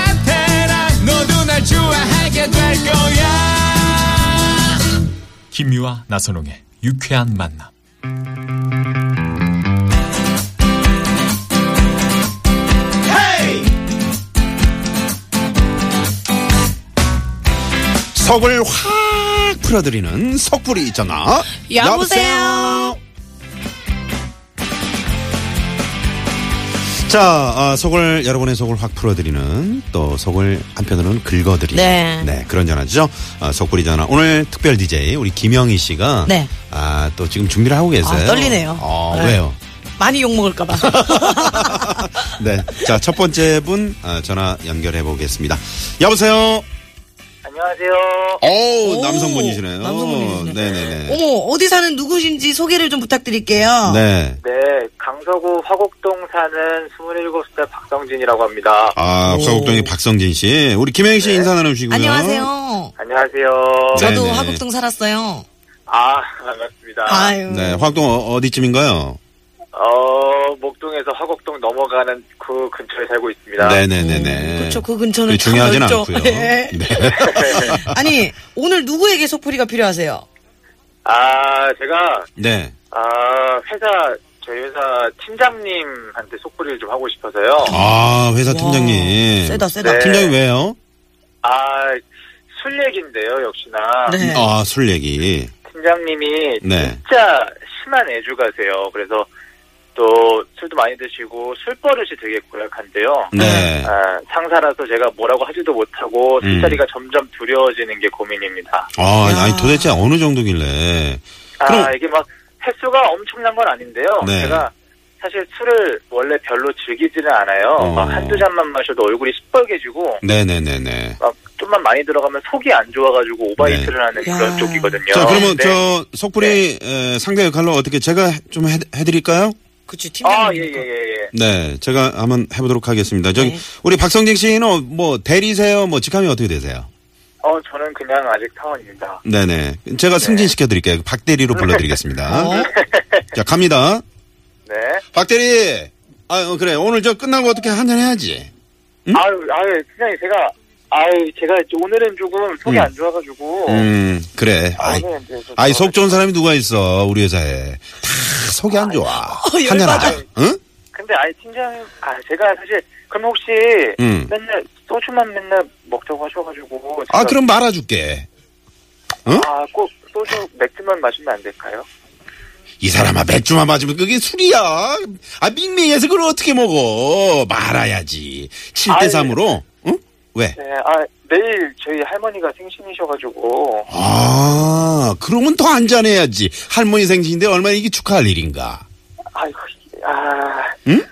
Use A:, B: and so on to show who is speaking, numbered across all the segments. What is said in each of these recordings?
A: 베테랑 너도 날 좋아하게 될 거야
B: 김미화 나선홍의 유쾌한 만남.
C: 속을 확 풀어드리는 속풀이 있잖아.
D: 여보세요?
C: 자, 아, 속을 여러분의 속을 확 풀어드리는 또 속을 한편으로는 긁어드리는
D: 네.
C: 그런 전화죠. 아, 속풀이 전화. 오늘 특별 DJ 우리 김영희 씨가
D: 네.
C: 아, 또 지금 준비를 하고 계세요.
D: 아, 떨리네요.
C: 어,
D: 네.
C: 왜요?
D: 많이 욕먹을까봐.
C: 네. 자, 첫 번째 분 아, 전화 연결해 보겠습니다. 여보세요.
E: 안녕하세요.
C: 오,
D: 오,
C: 남성분이시네요.
D: 남성분이시네.
C: 네네네.
D: 어머, 어디 사는 누구신지 소개를 좀 부탁드릴게요.
C: 네.
E: 네, 강서구 화곡동 사는 27살 박성진이라고 합니다.
C: 아, 화곡동의 박성진 씨. 우리 김혜영 씨 인사 나누시고요.
D: 네. 안녕하세요.
E: 안녕하세요.
C: 네.
D: 저도
C: 네네.
D: 화곡동 살았어요.
E: 아, 반갑습니다.
D: 아유.
C: 네, 화곡동 어- 어디쯤인가요?
E: 어, 목동에서 화곡동 넘어가는 그 근처에 살고 있습니다.
C: 네네네네.
D: 그렇죠. 그 근처는 참
C: 중요하진
D: 넓죠.
C: 않고요.
D: 네.
C: 네.
D: 아니, 오늘 누구에게 속풀이가 필요하세요?
E: 아, 제가,
C: 네.
E: 아, 회사, 저희 회사 팀장님한테 속풀이를 좀 하고 싶어서요.
C: 아, 회사
D: 와,
C: 팀장님.
D: 세다, 세다.
E: 네.
C: 팀장이 왜요?
E: 아, 술 얘기인데요, 역시나.
D: 네.
C: 아, 술 얘기.
E: 팀장님이
C: 네.
E: 진짜 심한 애주가세요. 그래서 또 술도 많이 드시고 술 버릇이 되게 고약한데요.
C: 네.
E: 아, 상사라서 제가 뭐라고 하지도
C: 음.
E: 못하고 술자리가 점점 두려워지는 게 고민입니다.
C: 아,
D: 야.
C: 아니 도대체 어느 정도길래.
E: 아
C: 그럼-
E: 이게 막 횟수가 엄청난 건 아닌데요.
C: 네.
E: 제가 사실 술을 원래 별로 즐기지는 않아요.
C: 어.
E: 막 한두 잔만 마셔도 얼굴이 시뻘개지고
C: 네네네네.
E: 막 좀만 많이 들어가면 속이 안 좋아가지고 오바이트를 하는
D: 야.
E: 그런 쪽이거든요.
C: 네. 자, 그러면
E: 네.
C: 저 속풀이 에, 상대 역할로 어떻게 제가 해- 좀 해, 해드릴까요?
D: 그치,
E: 아,
D: 팀장님.
E: 예, 예, 예, 예.
C: 네, 제가 한번 해보도록 하겠습니다. 저기
D: 네.
C: 우리 박성진 씨는 뭐 대리세요, 뭐 직함이 어떻게 되세요?
E: 어, 저는 그냥 아직 사원입니다.
C: 네네. 어? 제가 승진시켜 드릴게요. 그 박대리로 불러드리겠습니다. 네. 자, 갑니다.
E: 네.
C: 박대리! 아, 어, 그래. 오늘 저 끝나고 어떻게 한잔 해야지.
E: 아유, 아유, 그냥 제가, 아유, 제가 이제 오늘은 조금 속이
C: 음.
E: 안 좋아가지고.
C: 음, 그래. 아이,
E: 오늘은 이제 좀
C: 아이,
E: 좋아가지고.
C: 속 좋은 사람이 누가 있어, 우리 회사에. 다 속이 안 좋아. 한잔 하자. 응?
E: 근데 아이, 팀장, 아, 제가 사실, 그럼 혹시
C: 음.
E: 맨날 소주만 맨날 먹자고 하셔가지고.
C: 아,
E: 제가-
C: 그럼 말아줄게.
E: 아, 꼭 소주, 맥주만 마시면 안 될까요?
C: 이 사람아, 맥주만 마시면 그게 술이야. 아, 밍밍해서 그걸 어떻게 먹어. 말아야지. 7대3으로. 응? 왜?
E: 네, 아, 내일 저희 할머니가 생신이셔가지고.
C: 아, 그러면 더 한잔해야지. 할머니 생신인데 얼마나 이게 축하할 일인가.
E: 아이고, 아.
C: 음?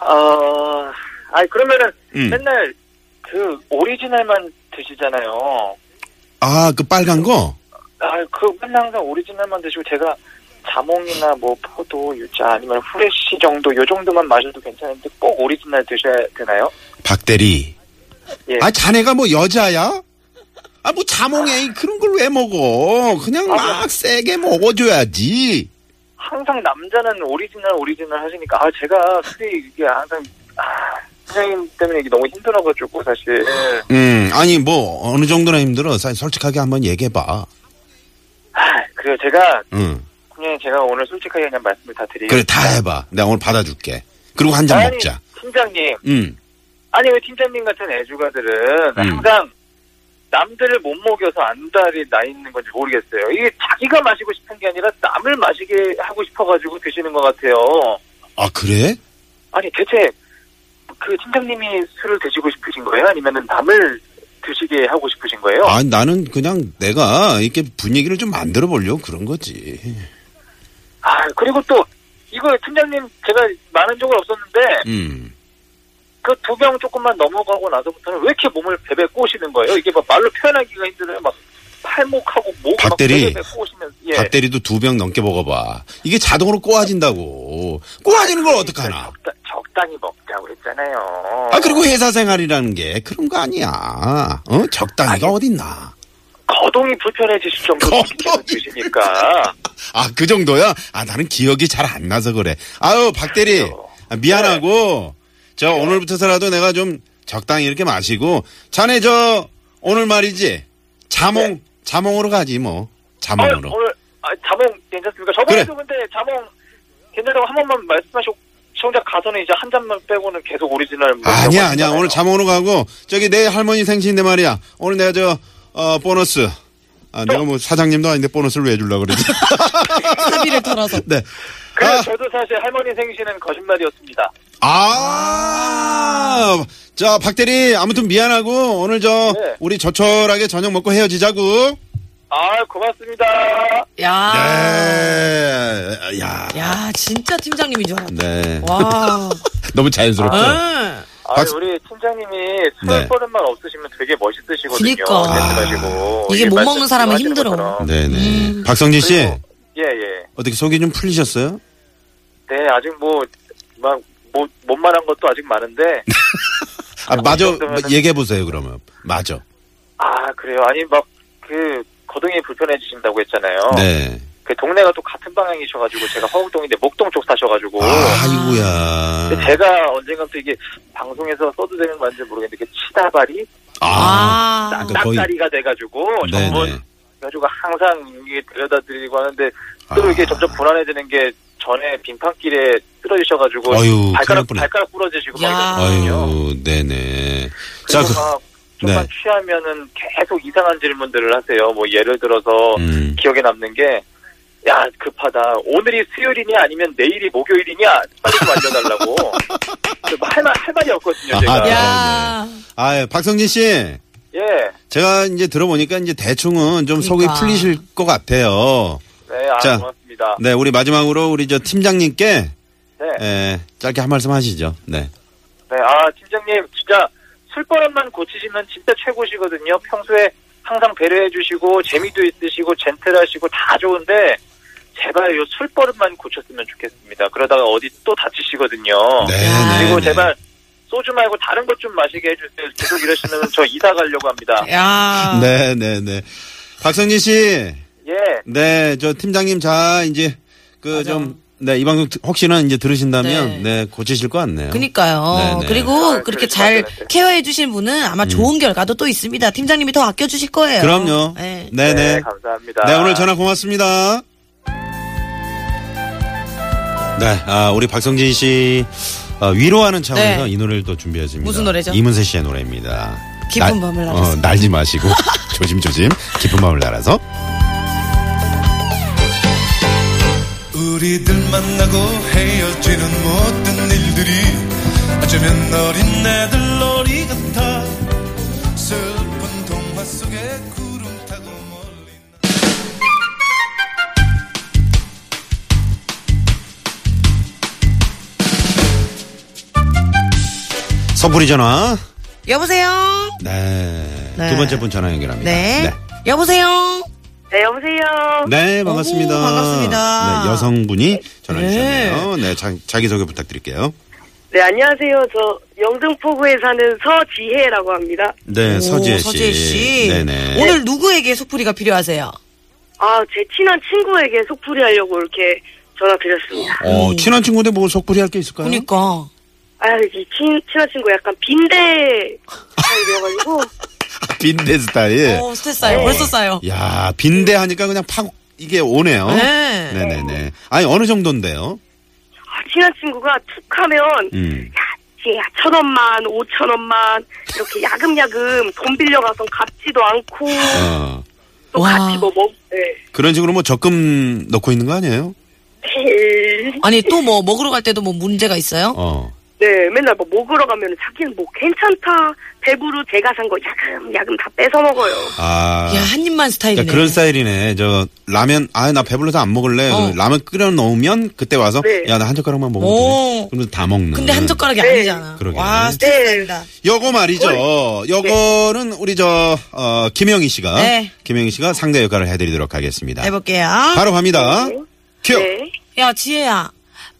E: 어, 아이, 그러면은
C: 음.
E: 맨날 그 오리지널만 드시잖아요.
C: 아, 그 빨간 거?
E: 아, 그 맨날 항상 오리지널만 드시고 제가 자몽이나 뭐 포도, 유자 아니면 후레쉬 정도 요 정도만 마셔도 괜찮은데 꼭 오리지널 드셔야 되나요?
C: 박대리.
E: 예.
C: 아, 자네가 뭐 여자야? 아, 뭐 자몽에 그런 걸 왜 먹어? 그냥
E: 아, 뭐.
C: 막 세게 먹어줘야지.
E: 항상 남자는 오리지널 오리지널 하시니까 아 제가 근데 이게 항상 아, 선생님 때문에 이게 너무 힘들어가지고 사실
C: 음, 아니, 뭐, 어느 정도나 힘들어. 사- 솔직하게 한번 얘기해봐.
E: 아, 그래서 제가
C: 응.
E: 그냥 제가 오늘 솔직하게 그냥 말씀을 다 드리고
C: 그래, 다 해봐. 내가 오늘 받아줄게. 그리고 한 잔
E: 예. 아니,
C: 먹자. 음.
E: 팀장님
C: 응.
E: 아니 왜 팀장님 같은 애주가들은
C: 음.
E: 항상 남들을 못 먹여서 안달이 나 있는 건지 모르겠어요. 이게 자기가 마시고 싶은 게 아니라 남을 마시게 하고 싶어가지고 드시는 것 같아요.
C: 아, 그래?
E: 아니 대체 그 팀장님이 술을 드시고 싶으신 거예요? 아니면 남을 드시게 하고 싶으신 거예요?
C: 아, 나는 그냥 내가 이렇게 분위기를 좀 만들어 보려고 그런 거지.
E: 아 그리고 또 이거 팀장님 제가 많은 적은 없었는데
C: 음.
E: 그 두 병 조금만 넘어가고 나서부터는 왜 이렇게 몸을 베베 꼬시는 거예요? 이게 막 말로 표현하기가 힘들어요. 막 팔목하고 목 막
C: 박대리.
E: 베베 꼬시면서 예.
C: 밥대리도 두 병 넘게 먹어봐. 이게 자동으로 꼬아진다고. 꼬아지는 걸 어떡하나.
E: 적다- 적당히 먹자고 했잖아요.
C: 아, 그리고 회사 생활이라는 게 그런 거 아니야. 어? 적당히가 어딨나.
E: 거동이 불편해지실 정도로
C: 거동이
E: 계속 드시니까
C: 아, 그 정도야? 아, 나는 기억이 잘 안 나서 그래. 아유, 네. 박대리. 아, 미안하고, 저 오늘부터서라도 내가 좀 적당히 이렇게 마시고, 자네 저, 오늘 말이지. 자몽, 자몽으로 가지 뭐.
E: 어,
C: 자몽으로.
E: 오늘 아, 자몽 괜찮습니까? 저번에도
C: 그래.
E: 근데 자몽 괜찮다고 한 번만 말씀하시고 시청자 가서는 이제 한 잔만 빼고는 계속 오리지널 먹자고
C: 아니야, 아니야.
E: 하시잖아요.
C: 오늘 자몽으로 가고, 저기 내 할머니 생신인데 말이야. 오늘 내가 저, 어, 보너스. 아,
E: 어.
C: 내가 뭐 사장님도 아닌데 보너스를 왜 주려고 그러지?
D: 사비를 털어서.
C: 네.
E: 그래
C: 아.
E: 저도 사실 할머니 생신은 거짓말이었습니다.
C: 아, 자, 박대리, 아무튼 미안하고, 오늘 저,
E: 네.
C: 우리 저철하게 저녁 먹고 헤어지자고.
E: 아 고맙습니다.
D: 야.
C: 네. 야,
D: 야, 진짜 팀장님인 줄 알았다.
C: 네.
D: 와.
C: 너무 자연스럽죠.
D: 응.
E: 아
C: 박수-
E: 우리 팀장님이
C: 네.
E: 술 버릇만 없으시면 되게 멋있으시거든요.
D: 그니까.
E: 말씀하시고.
D: 이게 못 먹는 사람은
E: 말씀하시는
D: 힘들어.
E: 것처럼.
C: 네네. 박성진 씨,
E: 음. 그리고- 예 예.
C: 어떻게 속이 좀 풀리셨어요?
E: 네 아직 뭐막 못만한 것도 아직 많은데
C: 아, 마저,
E: 정도면은-
C: 얘기해보세요, 그러면. 마저.
E: 아 그래요 아니 막 그 거동이 불편해지신다고 했잖아요
C: 네.
E: 그 동네가 또 같은 방향이셔가지고 제가 허우동인데 목동 쪽 사셔가지고
C: 아,
E: 근데
C: 아이고야.
E: 제가 언젠가 또 이게 방송에서 써도 되는 건지 모르겠는데 그 치다발이
C: 아,
D: 아.
C: 그러니까 거의-
E: 딱다리가 돼가지고
C: 네네.
E: 전문 가지고 항상 이게 데려다드리고 하는데 또
C: 아.
E: 이게 점점 불안해지는 게 전에 빈판길에 쓰러지셔가지고
C: 아유,
E: 발가락
C: 큰일 날 뻔했-
E: 발가락 부러지시고 막
D: 야.
E: 이러거든요.
C: 아유, 네네. 자,
E: 그래서
C: 그,
E: 막 좀만
C: 네.
E: 취하면은 계속 이상한 질문들을 하세요. 뭐 예를 들어서
C: 음.
E: 기억에 남는 게, 야, 급하다. 오늘이 수요일이냐 아니면 내일이 목요일이냐? 빨리 좀 알려달라고. 근데 할 말, 할 말이 없거든요, 제가.
C: 그, 아하.
D: 야.
C: 아, 예, 박성진 씨.
E: 예.
C: 제가 이제 들어보니까 이제 대충은 좀 속이
D: 그러니까.
C: 풀리실 것 같아요.
E: 네, 아,
C: 자.
E: 고맙습니다.
C: 네, 우리 마지막으로 우리 저 팀장님께
E: 네.
C: 에, 짧게 한 말씀 하시죠. 네.
E: 네, 아, 팀장님, 진짜 술버릇만 고치시면 진짜 최고시거든요. 평소에 항상 배려해주시고, 재미도 있으시고, 젠틀하시고, 다 좋은데, 제발 요 술버릇만 고쳤으면 좋겠습니다. 그러다가 어디 또 다치시거든요.
C: 네,
E: 그리고
C: 네,
E: 제발 소주 말고 다른 것 좀 마시게 해주세요. 계속 이러시면 저 이사 가려고 합니다.
D: 야.
C: 네, 네, 네. 박성진 씨.
E: 예.
C: 네, 저 팀장님 자 이제 그
D: 맞아.
C: 좀 네, 이 방송 드- 혹시나 이제 들으신다면 네,
D: 네.
C: 고치실 것 같네요.
D: 그니까요.
C: 네네. 음.
D: 그리고
E: 아,
D: 그렇게
E: 그래서
D: 잘
E: 맞아요.
D: 케어해 주신 분은 아마 좋은 결과도 또 있습니다. 팀장님이 더 아껴 주실 거예요.
C: 그럼요.
D: 네.
C: 네, 네. 네,
E: 감사합니다.
C: 오늘 전화 고맙습니다. 네, 아, 우리 박성진 씨 어, 위로하는 차원에서
D: 네.
C: 이 노래를 또 준비했습니다.
D: 무슨 노래죠?
C: 이문세 씨의 노래입니다.
D: 깊은
C: 날-
D: 밤을
C: 어,
D: 날아서.
C: 날지 마시고 조심조심 깊은 밤을 날아서
F: 우리들 만나고 헤어지는 모든 일들이 어쩌면 어린 애들 놀이 같아 슬픈 동화 속에 구름 타고 멀리 나-
C: 선불이 전화.
D: 여보세요.
C: 네.
D: 네.
C: 두 번째 분 전화 연결합니다.
D: 네. 여보세요.
G: 네, 여보세요.
C: 네, 반갑습니다.
D: 오, 반갑습니다.
C: 네, 여성분이 전화
D: 네.
C: 주셨네요. 네, 자, 자기소개 부탁드릴게요.
G: 네, 안녕하세요. 저 영등포구에 사는 서지혜라고 합니다.
C: 네,
D: 오,
C: 서지혜 씨.
D: 서지혜 씨.
C: 네네.
D: 오늘 누구에게 소풀이가 필요하세요?
G: 아, 제 친한 친구에게 속풀이 하려고 이렇게 전화 드렸습니다.
C: 어, 친한 친구인데 뭐 속풀이 할 게 있을까요?
D: 그러니까
G: 아, 이 친, 친한 친구 약간 빈대 스타일이어가지고.
C: 빈대 스타일.
D: 어, 스트레스
G: 네.
D: 쌓여. 벌써 쌓여.
C: 야, 빈대 하니까 그냥 파고 이게 오네요.
D: 네.
C: 네네 아니, 어느 정도인데요?
G: 아, 친한 친구가 툭 하면,
C: 음.
G: 야, 천 원만, 오천 원만, 이렇게 야금야금 돈 빌려가서 갚지도 않고,
C: 어.
G: 또
D: 와.
G: 같이 뭐 먹, 네.
C: 그런 식으로 뭐 적금 넣고 있는 거 아니에요?
D: 아니 또 뭐 먹으러 갈 때도 뭐 문제가 있어요?
C: 어.
G: 네, 맨날 뭐 먹으러 가면 자기는 뭐 괜찮다. 배부르 제가 산 거 야금야금 다 뺏어 먹어요.
C: 아.
D: 야, 한 입만 스타일이네.
C: 그러니까 그런 스타일이네. 저 라면 아 나 배불러서 안 먹을래.
D: 어.
C: 그럼 라면 끓여 놓으면 그때 와서
G: 네.
C: 야 나 한 젓가락만
D: 오.
C: 먹으면 그러면 다 먹는.
D: 근데 한 젓가락이
G: 네.
D: 아니잖아.
C: 음. 그러게.
D: 와, 스타일이다.
C: 요거 말이죠.
G: 네.
C: 요거는 우리 저 어, 김영희 씨가
D: 네.
C: 김영희 씨가 상대 역할을 해드리도록 하겠습니다.
D: 해볼게요.
C: 바로 갑니다. 큐.
G: 네.
D: 야, 지혜야.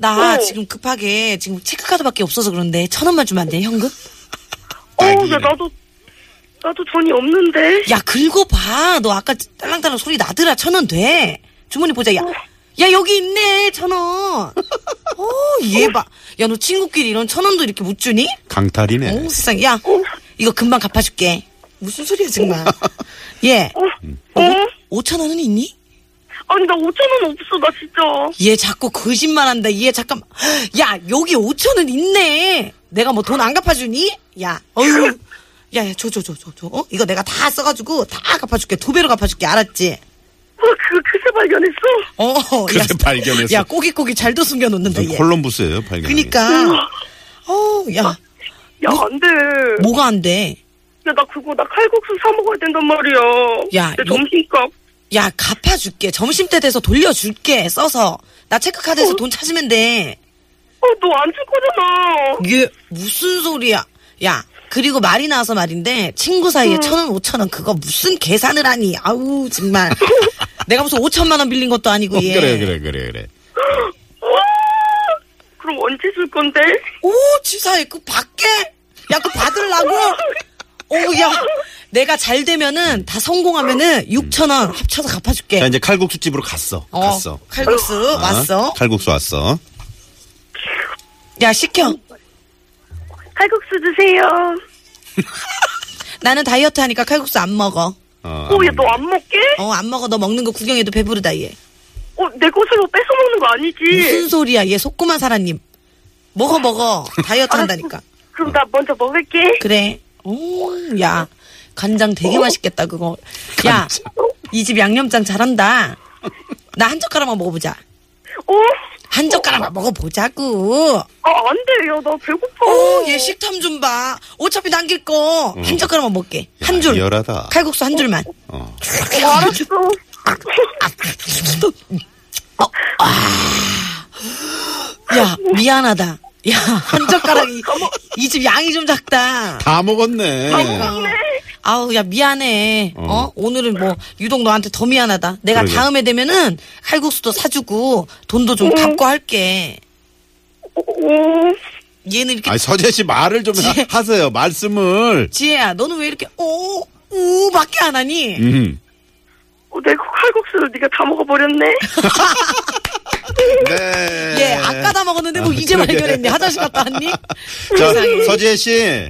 D: 나
G: 어.
D: 지금 급하게 지금 체크카드밖에 없어서 그런데 천 원만 주면 안 돼, 현금?
G: 어,
C: 딸기네.
G: 야, 나도, 나도 돈이 없는데.
D: 야, 긁어봐. 너 아까 딸랑딸랑 소리 나더라. 천 원 돼. 주머니 보자, 야. 야, 여기 있네, 천 원. 어, 얘 봐. 야, 너 친구끼리 이런 천 원도 이렇게 못 주니?
C: 강탈이네.
D: 어, 세상. 야, 이거 금방 갚아줄게. 무슨 소리야, 정말. 얘,
G: 어? 어?
D: 오천 원은 있니?
G: 아니, 나 5천 원 없어, 나 진짜.
D: 얘 자꾸 거짓말한다. 얘 잠깐. 야 여기 5천 원 있네. 내가 뭐 돈 안 갚아주니? 야 어휴. 야야 줘 줘 줘 줘 줘. 어? 이거 내가 다 써가지고 다 갚아줄게. 두 배로 갚아줄게. 알았지?
G: 어, 그거 그새 발견했어.
D: 어.
C: 그새
D: 야,
C: 발견했어.
D: 야 꼬깃꼬깃 잘도 숨겨놓는다 얘.
C: 콜럼부스예요 발견.
D: 그니까. 어. 야
G: 야,
D: 뭐?
G: 안 돼.
D: 뭐가 안 돼?
G: 야, 나 그거, 나 칼국수 사 먹어야 된단 말이야.
D: 야,
G: 내
D: 이-
G: 점심값.
D: 야 갚아줄게. 점심 때 돼서 돌려줄게. 써서 나 체크카드에서 돈 찾으면 돼.
G: 어, 너 안 줄 거잖아.
D: 이게 무슨 소리야? 야, 그리고 말이 나와서 말인데 친구 사이에 천 원, 오천 원 그거 무슨 계산을 하니? 아우 정말. 내가 무슨 오천만 원 빌린 것도 아니고
C: 어,
D: 얘.
C: 그래 그래 그래 그래.
G: 와, 어? 그럼 언제 줄 건데?
D: 오, 지사에 그 받게? 야, 그 받으려고? 오, 야, 내가 잘 되면은 다 성공하면은 육천 원 합쳐서 갚아줄게.
C: 자 이제 칼국수 집으로 갔어.
D: 예. 어,
C: 갔어.
D: 칼국수
C: 아,
D: 왔어.
C: 칼국수 왔어.
D: 야, 시켜.
G: 칼국수 드세요.
D: 나는 다이어트 하니까 칼국수 안 먹어.
C: 어,
G: 어, 야, 너 안 먹게?
D: 어, 안 먹어. 너 먹는 거 구경해도 배부르다 얘.
G: 어, 내 것으로 뺏어 먹는 거 아니지?
D: 무슨 소리야? 얘 속구만 사라님. 먹어 먹어. 다이어트 한다니까.
G: 그럼 나 먼저 먹을게.
D: 그래. 오, 야 간장 되게 맛있겠다 그거. 야, 이 집 양념장 잘한다. 나 한 젓가락만 먹어보자.
G: 어?
D: 한 젓가락만 먹어보자고.
G: 아, 안 돼. 야, 나 배고파.
D: 오, 어, 얘 식탐 좀 봐. 어차피 남길 거 한 젓가락만 먹게. 한 줄.
C: 리얼하다.
D: 칼국수 한 줄만.
C: 어.
G: 어, 알았어.
D: 어, 아. 야, 미안하다. 야, 한 젓가락이 이 집 양이 좀 작다.
C: 다 먹었네.
D: 그러니까. 아우 야 미안해. 어? 오늘은 뭐 유독 너한테 더 미안하다. 내가
C: 그러게.
D: 다음에 되면은 칼국수도 사주고 돈도
C: 음.
D: 좀 갚고 할게.
G: 오,
D: 얘는 이렇게
C: 어, 아니 서재 씨 말을 좀
D: 지-
C: 하, 세요 말씀을.
D: 지혜야 너는 왜 이렇게 어, 오우밖에 안 하니?
C: 음.
G: 어, 내 칼국수를 네가 다 먹어버렸네.
C: 네.
D: 얘 예, 아까 다 먹었는데 뭐 이제 발견했니? 화장실 갔다 왔니?
C: 자,
D: 세상에.
C: 서지혜 씨.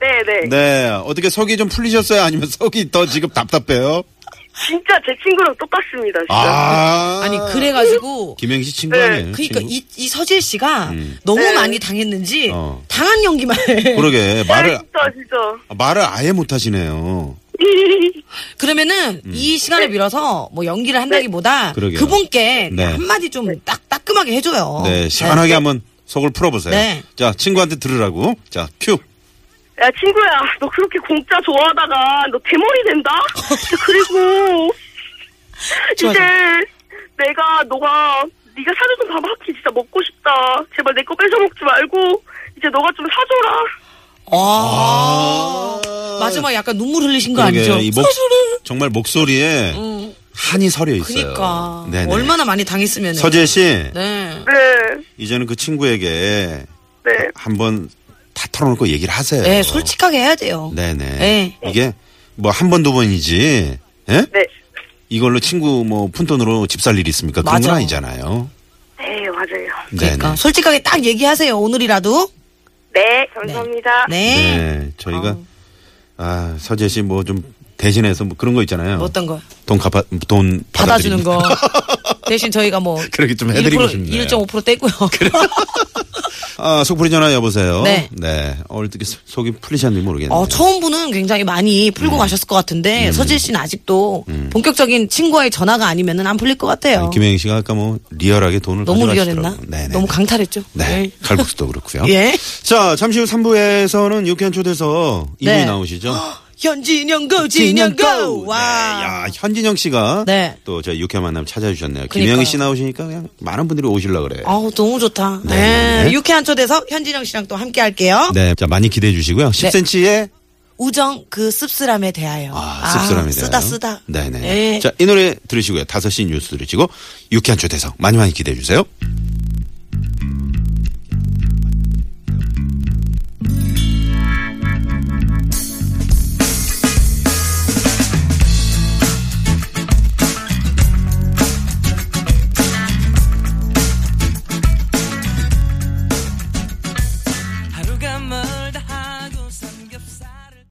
G: 네네.
C: 네. 어떻게 속이 좀 풀리셨어요? 아니면 속이 더 지금 답답해요?
G: 진짜 제 친구랑 똑같습니다, 진짜.
C: 아.
D: 아니 그래가지고
C: 김행 씨 친구 아니에요?
D: 그러니까
C: 친구?
D: 이, 이 서지혜 씨가
C: 음.
D: 너무
G: 네.
D: 많이 당했는지
C: 어.
D: 당한 연기만 해.
C: 그러게. 말을,
G: 진짜, 진짜.
C: 말을 아예 못 하시네요.
D: 그러면은 이 시간을 빌어서 뭐 연기를 한다기보다
C: 음. 네. 그러게요.
D: 그분께
C: 네.
D: 한마디 좀 딱 따끔하게 해줘요.
C: 네. 시원하게 한번 속을 풀어보세요.
D: 어, 네.
C: 자, 친구한테 들으라고. 자, 큐.
G: 야, 친구야, 너 그렇게 공짜 좋아하다가 너 대머리 된다? 그리고,
D: 좋아,
G: 이제, 내가, 너가, 네가 사주던 밥한끼 진짜 먹고 싶다. 제발 내 거 뺏어먹지 말고, 이제 너가 좀 사줘라.
D: 아~ 마지막 약간 눈물 흘리신 거
C: 그러게,
D: 아니죠? 음.
C: 이 목- 정말 목소리에 한이 서려 있어요.
D: 그러니까
C: 네네.
D: 얼마나 많이 당했으면
C: 서지혜 씨,
D: 네.
G: 네,
C: 이제는 그 친구에게
G: 네.
C: 한번 다 털어놓고 얘기를 하세요.
D: 네, 솔직하게 해야 돼요.
C: 네네.
D: 네.
C: 이게 뭐 한 번 두 번이지. 예?
G: 네.
C: 이걸로 친구 뭐 푼돈으로 집 살 일이 있습니까? 그런
D: 맞아.
C: 건 아니잖아요.
G: 네, 맞아요.
D: 그러니까
C: 네네.
D: 솔직하게 딱 얘기하세요. 오늘이라도.
G: 네, 감사합니다.
D: 네.
C: 네, 저희가 아 서재 씨 뭐 좀 대신해서 뭐 그런 거 있잖아요.
D: 어떤 거
C: 돈 갚아 돈
D: 받아주는
C: 받아드립니다.
D: 거 대신 저희가 뭐
C: 그렇게 좀 해드리고 싶네요.
D: 1.5% 떼고요.
C: 아, 속풀이 전화 여보세요.
D: 네.
C: 오늘 어떻게 소- 속이 풀리셨는지 모르겠네요.
D: 어, 처음 분은 굉장히 많이 풀고
C: 음.
D: 가셨을 것 같은데 서질 씨는 아직도 본격적인 친구와의 전화가 아니면은 안 풀릴 것 같아요.
C: 아니, 김혜영 씨가 아까 뭐 리얼하게 돈을
D: 너무
C: 가져가시더라고요.
D: 리얼했나?
C: 네네.
D: 너무 강탈했죠.
C: 네. 칼국수도 그렇고요.
D: 예. 예.
C: 자, 잠시 후 3부에서는 유쾌한 초대서 이분이
D: 네.
C: 나오시죠.
D: 현진영 고 진영 고.
C: 네,
D: 와.
C: 야, 현진영 씨가
D: 네.
C: 또 저희 유쾌한 만남 찾아주셨네요.
D: 그러니까요. 어?
C: 김혜영 씨 나오시니까 그냥 많은 분들이 오시려고 그래요.
D: 아우 너무 좋다.
C: 네,
D: 네.
C: 네.
D: 유쾌한 초대석 현진영 씨랑 또 함께 할게요.
C: 네. 자, 많이 기대해 주시고요.
D: 네.
C: 10cm의
D: 우정 그 씁쓸함에 대하여.
C: 아, 씁쓸함이 돼요.
D: 쓰다 쓰다.
C: 네네.
D: 예.
C: 자, 이 노래 들으시고요. 5시 뉴스 들으시고 유쾌한 초대석 많이 많이 기대해 주세요.